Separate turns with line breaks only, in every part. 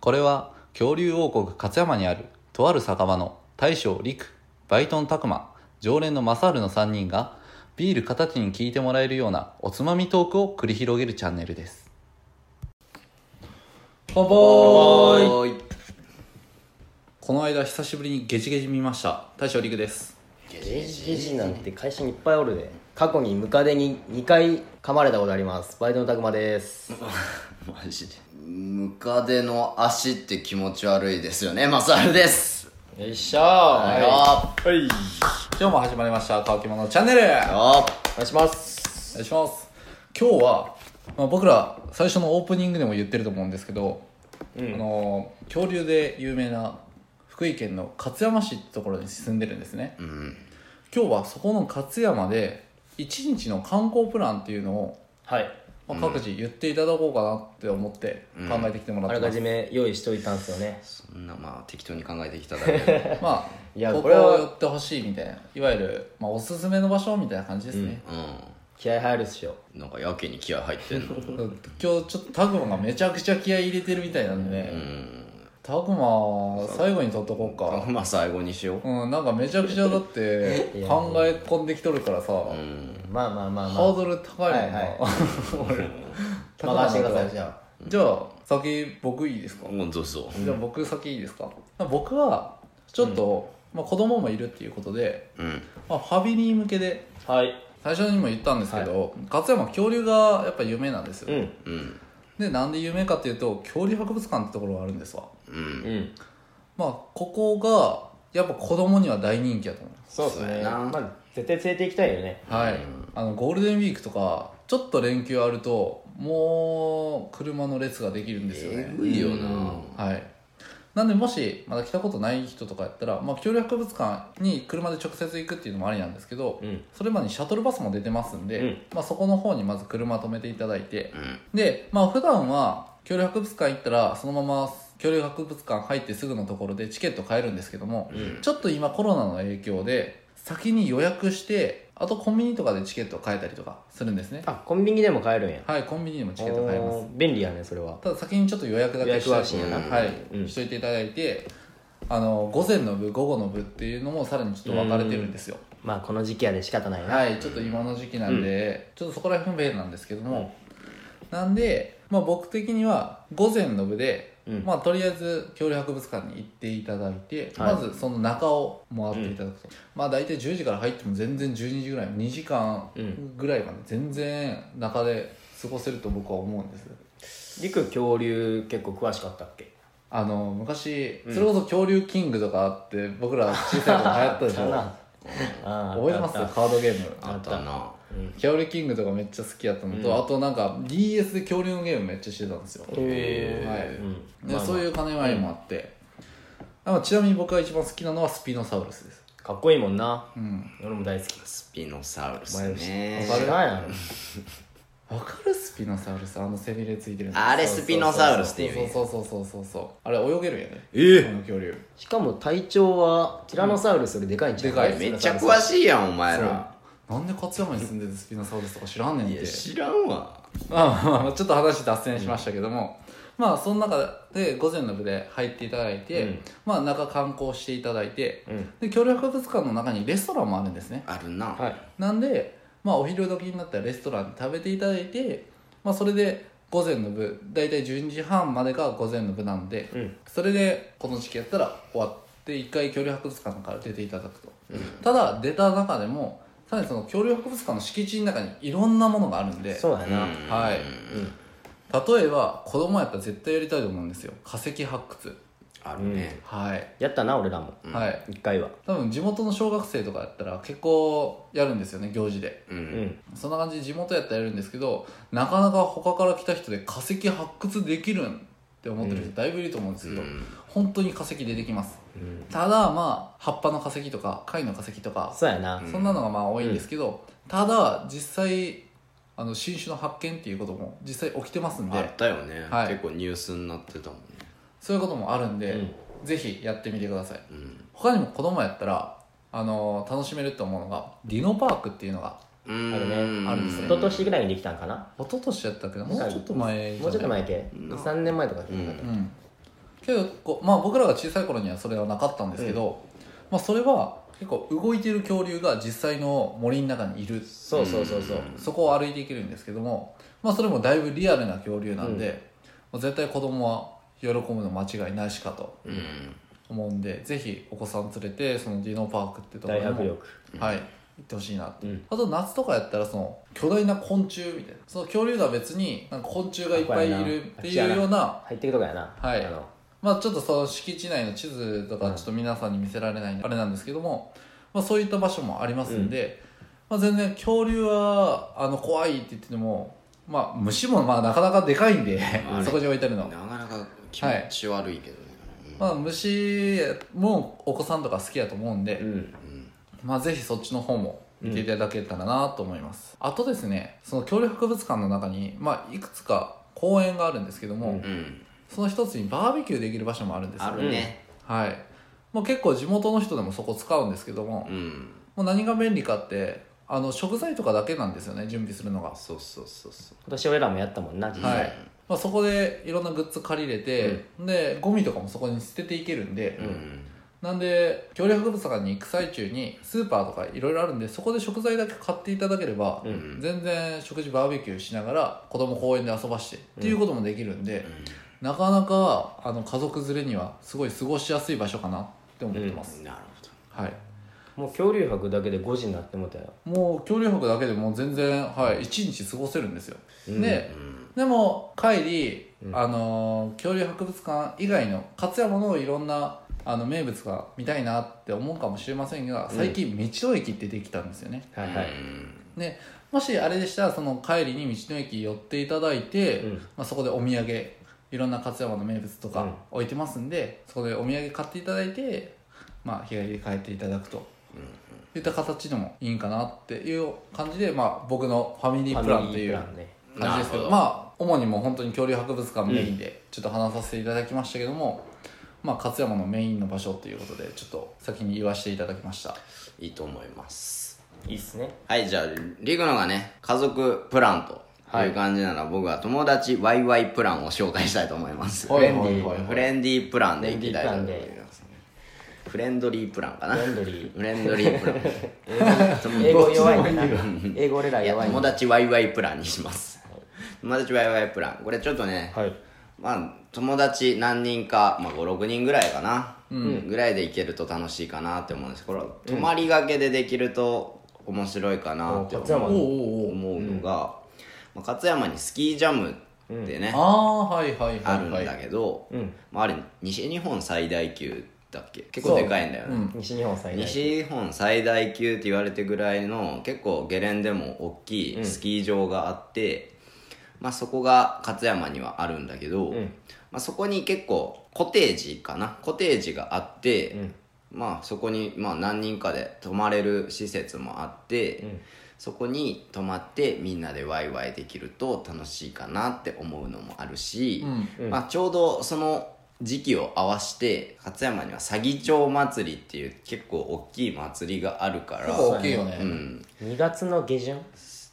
これは恐竜王国勝山にあるとある酒場の大将陸バイトン拓磨常連のマサールの3人がビール形に聞いてもらえるようなおつまみトークを繰り広げるチャンネルです
乾杯
この間久しぶりにゲジゲジ見ました大将陸です
ゲジゲジなんて会社にいっぱいおるで過去にムカデに2回噛まれたことありますバイトのたくま です
マジで
ムカデの足って気持ち悪いですよねマサルです
よいしょー
よー
はい
今日も始まりました乾き物チャンネルお
よ
お願いします
願いします今日は、まあ、僕ら最初のオープニングでも言ってると思うんですけど、あの恐竜で有名な福井県の勝山市ってところに住んでるんですね、今日はそこの勝山で1日の観光プランっていうのを、
はい
まあ、各自言っていただこうかなって思って考えてきてもらって
あら
ま
か
す、
じめ用意しといたんすよね
そんなまあ適当に考えてきただけで
まあ
いや
ここ
これは
を寄ってほしいみたいないわゆる、まあ、おすすめの場所みたいな感じですね、
う
気合入るっしょ
んなんかやけに気合入ってんの
今日ちょっとタグマがめちゃくちゃ気合い入れてるみたいなんでね、タグマ最後に取っとこうか
まあ最後にしよう
うんなんかめちゃくちゃだって
いや
考え込んできとるからさ、
まあまあまあま
ハー
あ
ドル高いもんな、
はいはい
俺
任せてくださいじゃあ
じゃあ先僕いいですか、
うんどうぞ
じゃあ僕先いいですか僕はちょっと、まあ、子供もいるっていうことで、
うん
まあ、ファミリー向けで
はい
最初にも言ったんですけど、勝山恐竜がやっぱ有名なんです
う
よ、
ん
うん
でなんで有名かっていうと恐竜博物館ってところがあるんですわ
うん
うん
まあここがやっぱ子供には大人気やと思います
そうです
そう
ね
やな
まあ絶対連れて行きたいよね
はい、あのゴールデンウィークとかちょっと連休あるともう車の列ができるんですよね、
えぐいよな
はい、なんでもしまだ来たことない人とかやったら、まあ、恐竜博物館に車で直接行くっていうのもありなんですけど、
うん
それまでにシャトルバスも出てますんで、
うん
まあ、そこの方にまず車止めていただいて
う、ん
でまあ普段は恐竜博物館行ったらそのまま恐竜博物館入ってすぐのところでチケット買えるんですけども、ちょっと今コロナの影響で先に予約してあとコンビニとかでチケットを買えたりとかするんですね
あコンビニでも買えるんや
はいコンビニでもチケット買えます
おー便利やねそれは
ただ先にちょっと予約だけして
予約はしんやな
はい
うん
しといていただいてあの午前の部午後の部っていうのもさらにちょっと分かれてるんですよ
まあこの時期やで仕方ないな
はいちょっと今の時期なんで、ちょっとそこら辺不便なんですけども、なんで、まあ、僕的には午前の部で、
うん
まあ、とりあえず恐竜博物館に行っていただいて、
はい
まずその中を回っていただくと、まあ大体10時から入っても全然12時ぐらい2時間
うん
ぐらいまで全然中で過ごせると僕は思うんです、
りく恐竜結構詳しかったっけ
あの昔それこそ恐竜キングとかあって僕ら小さい頃流行ったでしょ
あー
覚えてます
あったあっ
カードゲーム
あったな
恐竜キングとかめっちゃ好きやったのと、あとなんか DS で恐竜のゲームめっちゃしてたんですよ、
たへ
はい
えうん
でそういう金前もあって、あちなみに僕が一番好きなのはスピノサウルスです
かっこいいもんな
うん
俺も大好き
スピノサウルス
わ
ね
かるないやろ
わかるスピノサウルスあの背びれついてる
あれスピノサウルスって言うんや
そうそうそうそうそうそうそうあれ泳げるんやね
ええ
あの恐竜
しかも体長はティラノサウルスよりでかいんちゃう
でかい
めっちゃ詳しいやんお前ら
なんで勝山に住んでるスピノサウルスとか知らんねんって
いや知らんわ
まあまあまあちょっと話脱線しましたけども、まあその中で午前の部で入っていただいて、
うん
まあ中観光していただいて、
うん
で恐竜博物館の中にレストランもあるんですね
あるな
はい
なんでまあお昼時になったらレストランで食べていただいて、まあ、それで午前の部大体12時半までが午前の部なので、
うん
それでこの時期やったら終わって一回恐竜博物館から出ていただくと、ただ出た中でもさらにその恐竜博物館の敷地の中にいろんなものがあるんで
そうやな
うん
はい、例えば子供やったら絶対やりたいと思うんですよ化石発掘
あるね
はい、
やったな俺らも
はい
一回は
多分地元の小学生とかやったら結構やるんですよね行事で
う
うんん
そんな感じで地元やったらやるんですけどなかなか他から来た人で化石発掘できるんって思ってる人だいぶいると思うんですけど、
うん
本当に化石出てきます
うん
ただまあ葉っぱの化石とか貝の化石とか
そうやな
そんなのがまあ多いんですけど、ただ実際あの新種の発見っていうことも実際起きてますんで
あったよね、
はい
結構ニュースになってたもんね
そういうこともあるんで、
うん
ぜひやってみてください
うん
他にも子供やったらあの楽しめると思うのがディノパークっていうのが
うーん
あるね
あるんですね
一昨年ぐらいにできたんかな
一昨年やったっけどもうちょっと前じゃ
もうちょっと
ない
前やっけ23年前とかだった
うんけどこう、まあ、僕らが小さい頃にはそれはなかったんですけど、まあ、それは結構動いてる恐竜が実際の森の中にいる
そうそうそうそう
そこを歩いていけるんですけども、まあ、それもだいぶリアルな恐竜なんで、もう絶対子供は喜ぶの間違いないしかと
うん
思うんで、ぜひお子さん連れてそのディノパークってところ
大
にも、
迫力
はい、行ってほしいなって、
うん
あと夏とかやったらその巨大な昆虫みたいなその恐竜とは別になんか昆虫がいっぱいいるっていうような
入ってくとかやな
はい
あの
まあ、ちょっとその敷地内の地図とかちょっと皆さんに見せられないんであれなんですけども、まあ、そういった場所もありますんで、まあ、全然恐竜はあの怖いって言ってても、まあ、虫もまあなかなかでかいんで
まあね
そこに置いてるの
な、かなか気持ち悪いけどね、
まあ、虫もお子さんとか好きやと思うんで、
うん
まあ、ぜひそっちの方も見ていただけたらなと思います、あとですねその恐竜博物館の中に、まあ、いくつか公園があるんですけども、
うん
うん、うん、
その一つにバーベキューできる場所もあるんですよ
あるね
はい、もう結構地元の人でもそこ使うんですけども,、
うん、
もう何が便利かってあの食材とかだけなんですよね準備するのが、
そうそうそうそう
今年俺らもやったもんな実
はい
際
まあ、そこでいろんなグッズ借りれて、でゴミとかもそこに捨てていけるんで、
うん
なんで恐竜博物館に行く最中にスーパーとかいろいろあるんでそこで食材だけ買っていただければ、
ん
全然食事バーベキューしながら子供公園で遊ばしてっていうこともできるんで、なかなかあの家族連れにはすごい過ごしやすい場所かなって思ってます、
なる
はい
もう恐竜博だけで5時になってもうたよ
もう恐竜博だけでもう全然、はい、1日過ごせるんですよ、
うん
で
ほどうん
でも帰り、
うん
あのー恐竜博物館以外の勝山のいろんなあの名物が見たいなって思うかもしれませんが最近道の駅ってできたんですよね、
はいはい
でもしあれでしたらその帰りに道の駅寄っていただいて、
うん
まあ、そこでお土産いろんな勝山の名物とか置いてますんで、そこでお土産買っていただいて、まあ、日帰りで帰っていただくと。いった形でもいいんかなっていう感じで、まあ、僕のファミリープランという
ファミリープランね
感じですけど
なるほど
まあ主にもう本当に恐竜博物館メインでちょっと話させていただきましたけども、まあ勝山のメインの場所ということでちょっと先に言わせていただきました
いいと思います
いいっすね
はい、じゃあ、リグのがね、家族プランという感じなら、僕は友達ワイワイプランを紹介したいと思います。
はいはいはいはい
フレンディーフレンディープランでいきたいと思
フレンディー
い
プラ
ます。フレンドリープランかな。
フレンドリー
フレンドリ ープラン。
英語弱いな英語俺ら
いや
弱い
友
な
達ワイワイプランにします。友達ワイワイプラン。これちょっとね、
はい
まあ、友達何人か、まあ、56人ぐらいかな、ぐらいで行けると楽しいかなって思うんですこれ泊まりがけでできると面白いかなって
お勝山
思
の
う思うのが、まあ、勝山にスキージャムってね、
ああはいはい
あ
は
るん
いはい
だけど、
うん
まあ、あれ西日本最大級だっけ結構でかいんだよね、
うん
西日本最大
西日本最大級って言われてぐらいの結構ゲレンデも大きいスキー場があって、まあ、そこが勝山にはあるんだけど、
ん
まあ、そこに結構コテージかなコテージがあって、まあ、そこにまあ何人かで泊まれる施設もあって、そこに泊まってみんなでワイワイできると楽しいかなって思うのもあるし、まあ、ちょうどその時期を合わせて勝山には詐欺町祭りっていう結構大きい祭りがあるから
結構大きいよね、
うん、
2月の下旬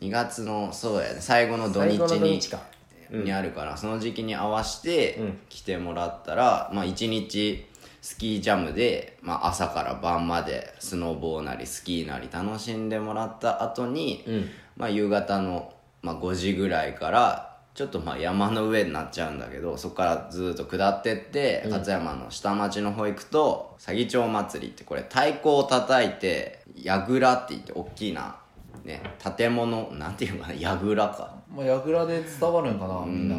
2月のそうやね最後の土
最
日
後の土
に
日か
にあるからその時期に合わせて来てもらったら、まあ、1日スキージャムで、まあ、朝から晩までスノボーなりスキーなり楽しんでもらった後に、まあ、夕方の、まあ、5時ぐらいからちょっとまあ山の上になっちゃうんだけどそこからずっと下ってって勝山の下町の方行くと詐欺町祭りってこれ太鼓を叩いて櫓って言って大きいな、ね、建物なんていうのかな櫓か。
まあ、櫓で伝わるんかなみんな、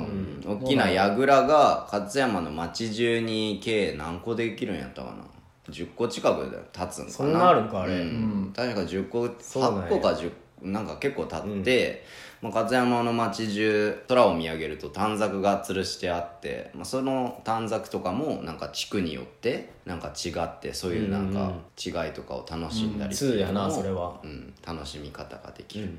大きな櫓が勝山の町中に計何個できるんやったかな10個近くで立つんかな
そんなあるんかあれ
うん、確か10個
そうなんや
8個か10なんか結構立って、まあ、勝山の町中空を見上げると短冊が吊るしてあって、まあ、その短冊とかもなんか地区によってなんか違ってそういうなんか違いとかを楽しんだりって
2
いう
や
のも
なそれは
うん、楽しみ方ができる、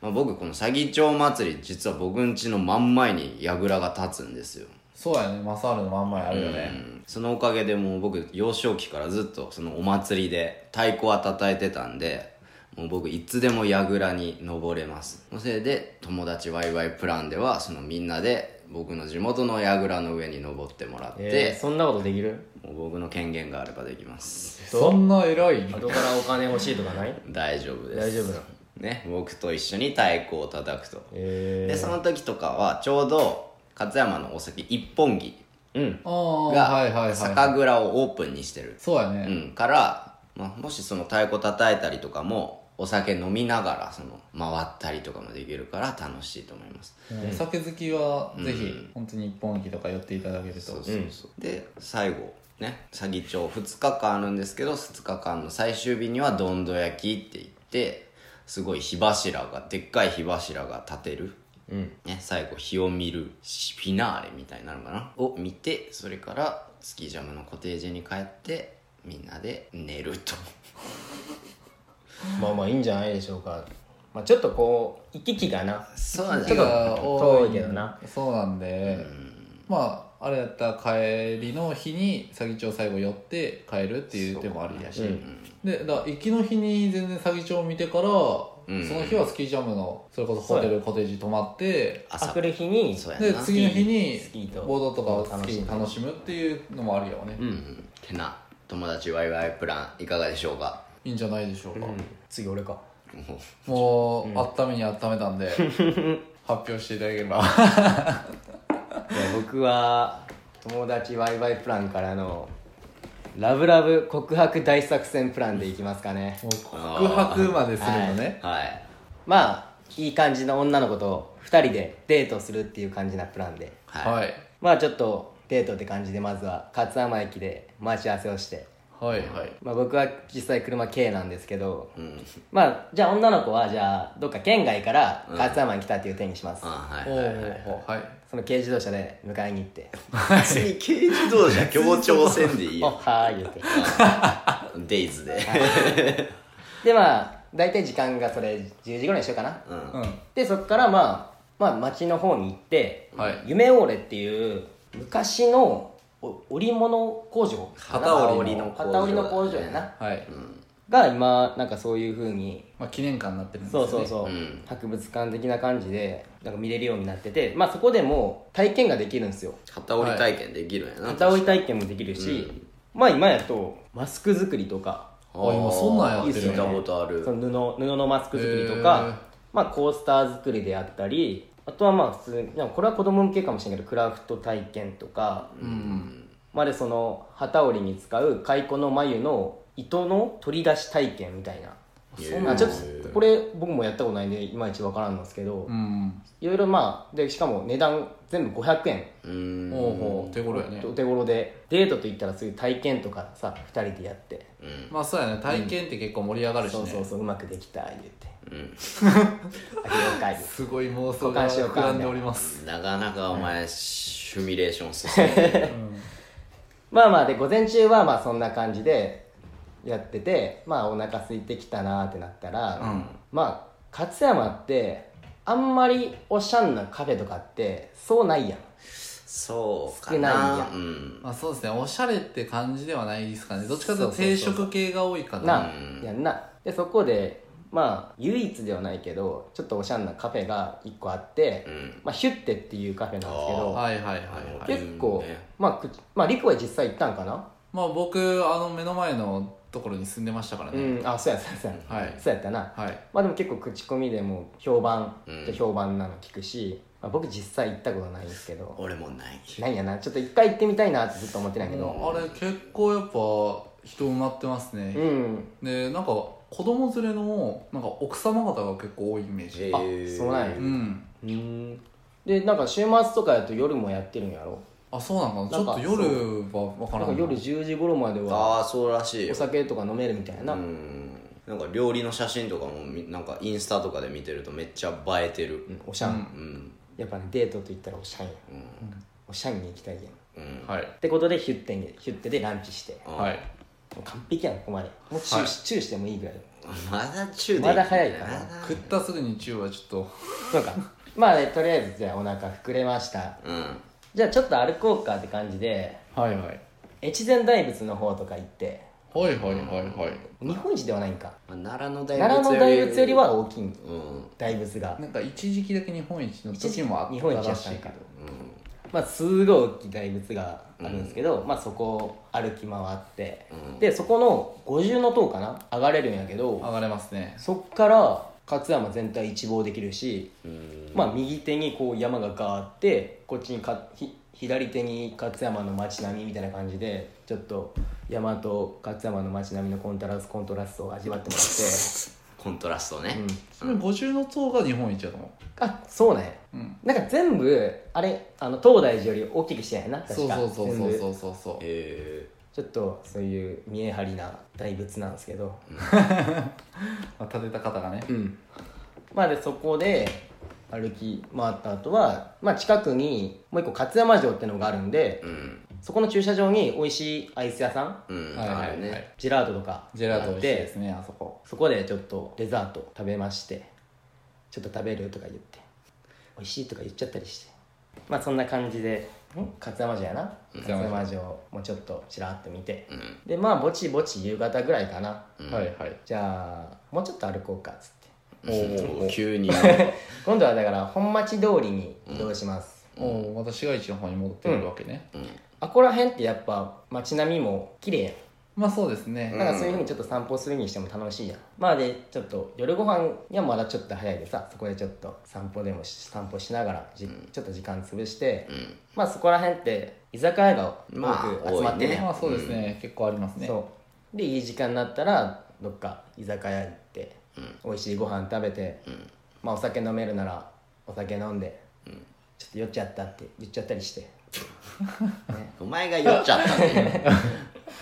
まあ、僕この詐欺町祭り実は僕ん家の真ん前に櫓が立つんですよ、
そうやねマサールのまんまやあるよ
う
ね、
ん、そのおかげでもう僕幼少期からずっとそのお祭りで太鼓は叩いてたんでもう僕いつでも櫓に登れますそれで友達ワイワイプランではそのみんなで僕の地元の櫓の上に登ってもらって、
えーそんなことできる
もう僕の権限があればできます
そんな偉い
後からお金欲しいとかない
大丈夫です
大丈夫なの
ね僕と一緒に太鼓を叩くと、
え
でその時とかはちょうど勝山のお酒一本木
ー、うん
ああはいはい
が酒
はい
蔵をオープンにしてる、
そうやね、
うん、から、まあ、もしその太鼓叩いたりとかもお酒飲みながらその回ったりとかもできるから楽しいと思います
お酒好きはぜひ本当に一本木とか寄っていただけると、
で最後ね詐欺町2日間あるんですけど2日間の最終日にはどんど焼きって言ってすごい火柱がでっかい火柱が立てる、ね、最後火を見るしフィナーレみたいになるのかなを見てそれからスキージャムのコテージに帰ってみんなで寝ると
まあまあいいんじゃないでしょうか、まあ、ちょっとこう行き来がな
そうだね
ちょっと
遠いけどな
そうなんで、まああれやったら帰りの日に詐欺町最後寄って帰るっていう手もありやし、でだから行きの日に全然詐欺町見てから、
ん
その日はスキージャムのそれこそホテルコテージ泊まって
あくる日に
そうや
で
な
次の日に
スキーと
ボードとかをスキーに楽しむっていうのもあるよね、
うんうんてな友達ワイワイプランいかがでしょうか
いいんじゃないでしょうか、
次俺か
もう
もう、温めに温めたんで発表していただければ
いや僕は友達ワイワイプランからのラブラブ告白大作戦プランでいきますかね
もう告白までするのね、
はい
まあいい感じの女の子と2人でデートするっていう感じなプランで
はい、
はい
まあちょっとデートって感じでまずは勝山駅で待ち合わせをして、
はいはい
まあ、僕は実際車 K なんですけど
うん
まあじゃあ女の子はじゃあどっか県外から勝山に来たっていう点にします、
あはい
お
はいはい
おはい
その軽自動車で迎えに行って
別に軽自動車協調せんでい
「
い
お
よ
はーい」言って
デイズで
でまあ大体時間がそれ10時ぐらいにしようかな
うん
うん
でそっからまあまあ町の方に行って、
はい
夢オーレっていう昔のお織物工場
機織りの工場
機織りの工場やな、
はい、
が今なんかそういうふうに
まあ記念館になってるんですよ
そう
ね
そうそう、
うん
博物館的な感じでなんか見れるようになっててまあそこでもう体験ができるんですよ
片折り体験できるんやな
片織り体験もできるし、まあ今やとマスク作りとか
あ今そんなんやってる
聞いたことある
その布布のマスク作りと
へー
か、まあ、コースター作りであったりあとはまあ普通にでもこれは子供向けかもしれないけどクラフト体験とか、
うん
までその機織りに使う蚕の繭の糸の取り出し体験みたいな
そう
ま
な
あ
ん
ち
だ
ょっとこれ僕もやったことないんでいまいちわからんのですけど、
うん
いろいろまあでしかも値段全部500円
うーん
おうほう手頃やね
お手頃でデートといったらそういう体験とかさ2人でやって、
うん
まあそうやね体験って結構盛り上がるしね、
そうそうそううまくできた言うて
うん
「あげようか」言うて
すごい妄想
交換
が
しよう
膨
から
んでおります
なかなかお前シミュレーション進んでる
まあまあで午前中はまあそんな感じでやっててまあお腹空いてきたなーってなったら、まあ勝山ってあんまりおしゃんなカフェとかってそうないやん
そうか
少ないや
なんうん
まあそうですねおしゃれって感じではないですかねどっちかという
そう
と
そうそう
定食系が多いかな
な、やんなでそこでまあ唯一ではないけどちょっとおしゃんなカフェが1個あって、
うん
まあ、ヒュッテっていうカフェなんですけど
はいはいはいはい
結構、
いいね
まあくまあ陸は実際行ったんかな
まあ僕あの目の前のところに住んでましたから
う
ね、
んあそうやそうやそうや、
はい
そうやったな
はい
まあでも結構口コミでも評判
うん
じゃ評判なの聞くし、まあ、僕実際行ったことないんですけど
俺もない
なんやなちょっと一回行ってみたいなってずっと思ってないけど
もうあれ結構やっぱ人埋まってますね、
うん、
でなんか子供連れのなんか奥様方が結構多いイメージ、
へー
そうなんや
うん
うん、でなんか週末とかやと夜もやってるんやろ
あそうなんかなち
な
ょ
ん
っ
か
と夜は分か
な
ら
んか
ん
夜10時頃までは
ああそうらしい
お
よ
酒とか飲めるみたいな、
うんなんか料理の写真とかもみなんかインスタとかで見てるとめっちゃ映えてる
おしゃん、
うん
やっぱねデートといったらおしゃんや、おしゃんに行きたいやんっ
うん
はい
てことでヒュッテにヒュッテでランチしても
はい、
う完璧やんここまでもうチュー,、チューしてもいいぐらい
まだ中で
まだ早いかな
食ったすぐにチューはちょっと
そうかまあ、ね、とりあえずじゃあお腹膨れました
うん
じゃあちょっと歩こうかって感じで
はいはい
越前大仏の方とか行って
はいはいはいはい
日本一ではないんか
まあ奈良の大仏
奈良の大仏よりは大きい
うん
大仏が
なんか一時期だけ日本一の時もあった
日本一や
ら
っ
したい
ん
け
か
ど
まあ、すごい大きい大仏があるんですけど、まあ、そこを歩き回って、でそこの五重の塔かな上がれるんやけど
上がれますね
そっから勝山全体一望できるし、まあ、右手にこう山がガーってこっちにかひ左手に勝山の街並みみたいな感じでちょっと山と勝山の街並みのコントラスコントラストを味わってもらっ
コントラストね
て、、
それ五重の塔が日本一だと思
うん、あそうね
う、うん、
なんか全部あれあの東大寺より大きくしてやんな確か
そうそうそうそう
全
そ
部
うそうそう
え
ちょっとそういう見え張りな大仏なんですけど
まあ、立てた方がね、
うん、まあでそこで歩き回った後は、まあ、近くにもう一個勝山城ってのがあるんで
ー、うん
そこの駐車場に美味しいアイス屋さん
う
は
ん
いはい
あ
は
る
い、
ね
ジェラートとか
ジェラート美味しいで
です
ねあそこ
そこでちょっとデザート食べましてちょっと食べるとか言って美味しいとか言っちゃったりしてまあそんな感じでん勝山城やな
勝
勝
山城
山城もちょっとちらっと見て
うん
でまあぼちぼち夕方ぐらいかな
うん
はいはい
じゃあもうちょっと歩こうかっつって
おー
お急に
今度はだから本町通りに移動します、
おおまた市街地の方に戻ってくるわけね、
あこら辺ってやっぱ街並みも綺麗やん
まあそうですね、
だからそういうふうにちょっと散歩するにしても楽しいやん、まあでちょっと夜ご飯にはまだちょっと早いでさそこでちょっと散歩でもし散歩しながらじ、ちょっと時間潰して、まあそこら辺って居酒屋が
ま
多
あ
く集まってるやん、
まあそうですね、結構ありますね
そうでいい時間になったらどっか居酒屋行って、美味しいご飯食べて、まあお酒飲めるならお酒飲んで、ちょっと酔っちゃったって言っちゃったりして
お前が酔っちゃったね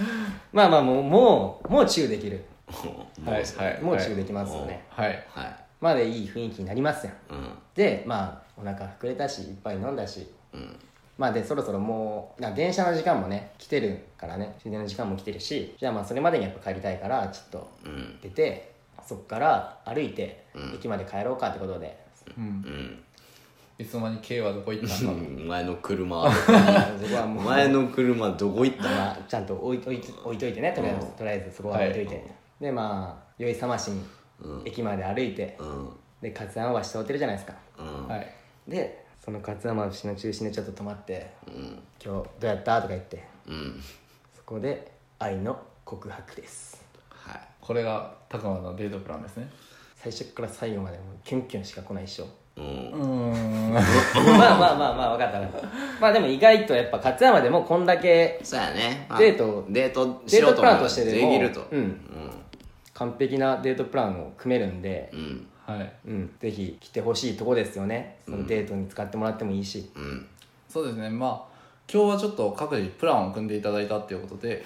まあまあもうもうもうチューできる
はいはい
もうチューできますよね、
はい
はい
までいい雰囲気になりますやん
うん
でまあお腹膨れたしいっぱい飲んだし
うん
まあでそろそろもうな電車の時間もね来てるからね終電の時間も来てるしじゃあまあそれまでにやっぱ帰りたいからちょっと
うん
出てそっから歩いて駅まで帰ろうかってことで、
うん
うん
いつの間に K はどこ行った
うん
だ
んお前の車
そこは
お
もう
前の車どこ行った
まあち ゃんと置いといて置いといてねとりあえずとりあえずそこは置いといて、でまあ酔い覚ましに駅まで歩いて、
うん
で勝山橋通ってるじゃないですか
うん
はい
でその勝山橋の中心でちょっと止まって「今日どうやった?」とか言って
うん
そこで愛の告白です
はい
これがたくまのデートプランですね
最初から最後までもうキュンキュンしか来ないでしょ
うん
うーん
まあまあまあまあ分かった分かったまあでも意外とやっぱ勝山でもこんだけ
そうやね、
デート
デートし
デー
よ
ト
うと
プ
思
ラ
えば
ンとしてで
で
も
きると
うん、完璧なデートプランを組めるんで
う、ん
はい
うん、ぜひ来てほしいとこですよねそのデートに使ってもらってもいいし、
うん
そうですねまあ今日はちょっと各自プランを組んでいただいたっていうことで、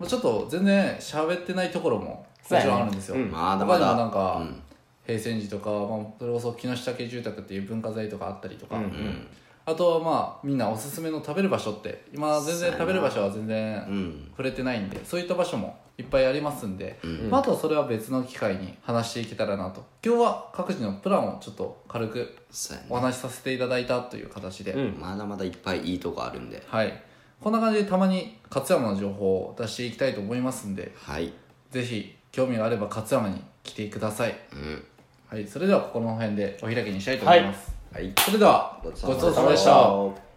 まあ、ちょっと全然喋ってないところも
そ
も
うや
ち
ね
ろんあるんですよ、
うん
まだまだ
他にもなんか、
うん
平泉寺とか、まあ、それこそ木下家住宅っていう文化財とかあったりとか、
うん
あとはまあみんなおすすめの食べる場所って今全然食べる場所は全
う
然
ん
触れてないんでそういった場所もいっぱいありますんで、まあ、あとはそれは別の機会に話していけたらなと今日は各自のプランをちょっと軽く
そうや
お
ね
話しさせていただいたという形で、
うん
まだまだいっぱいいいとこあるんで
はいこんな感じでたまに勝山の情報を出していきたいと思いますんで
はい
ぜひ興味があれば勝山に来てください、
うん
はい、それではここの辺でお開きにしたいと思います、
はい
それではごちそうさまでした
ごちそうさまでした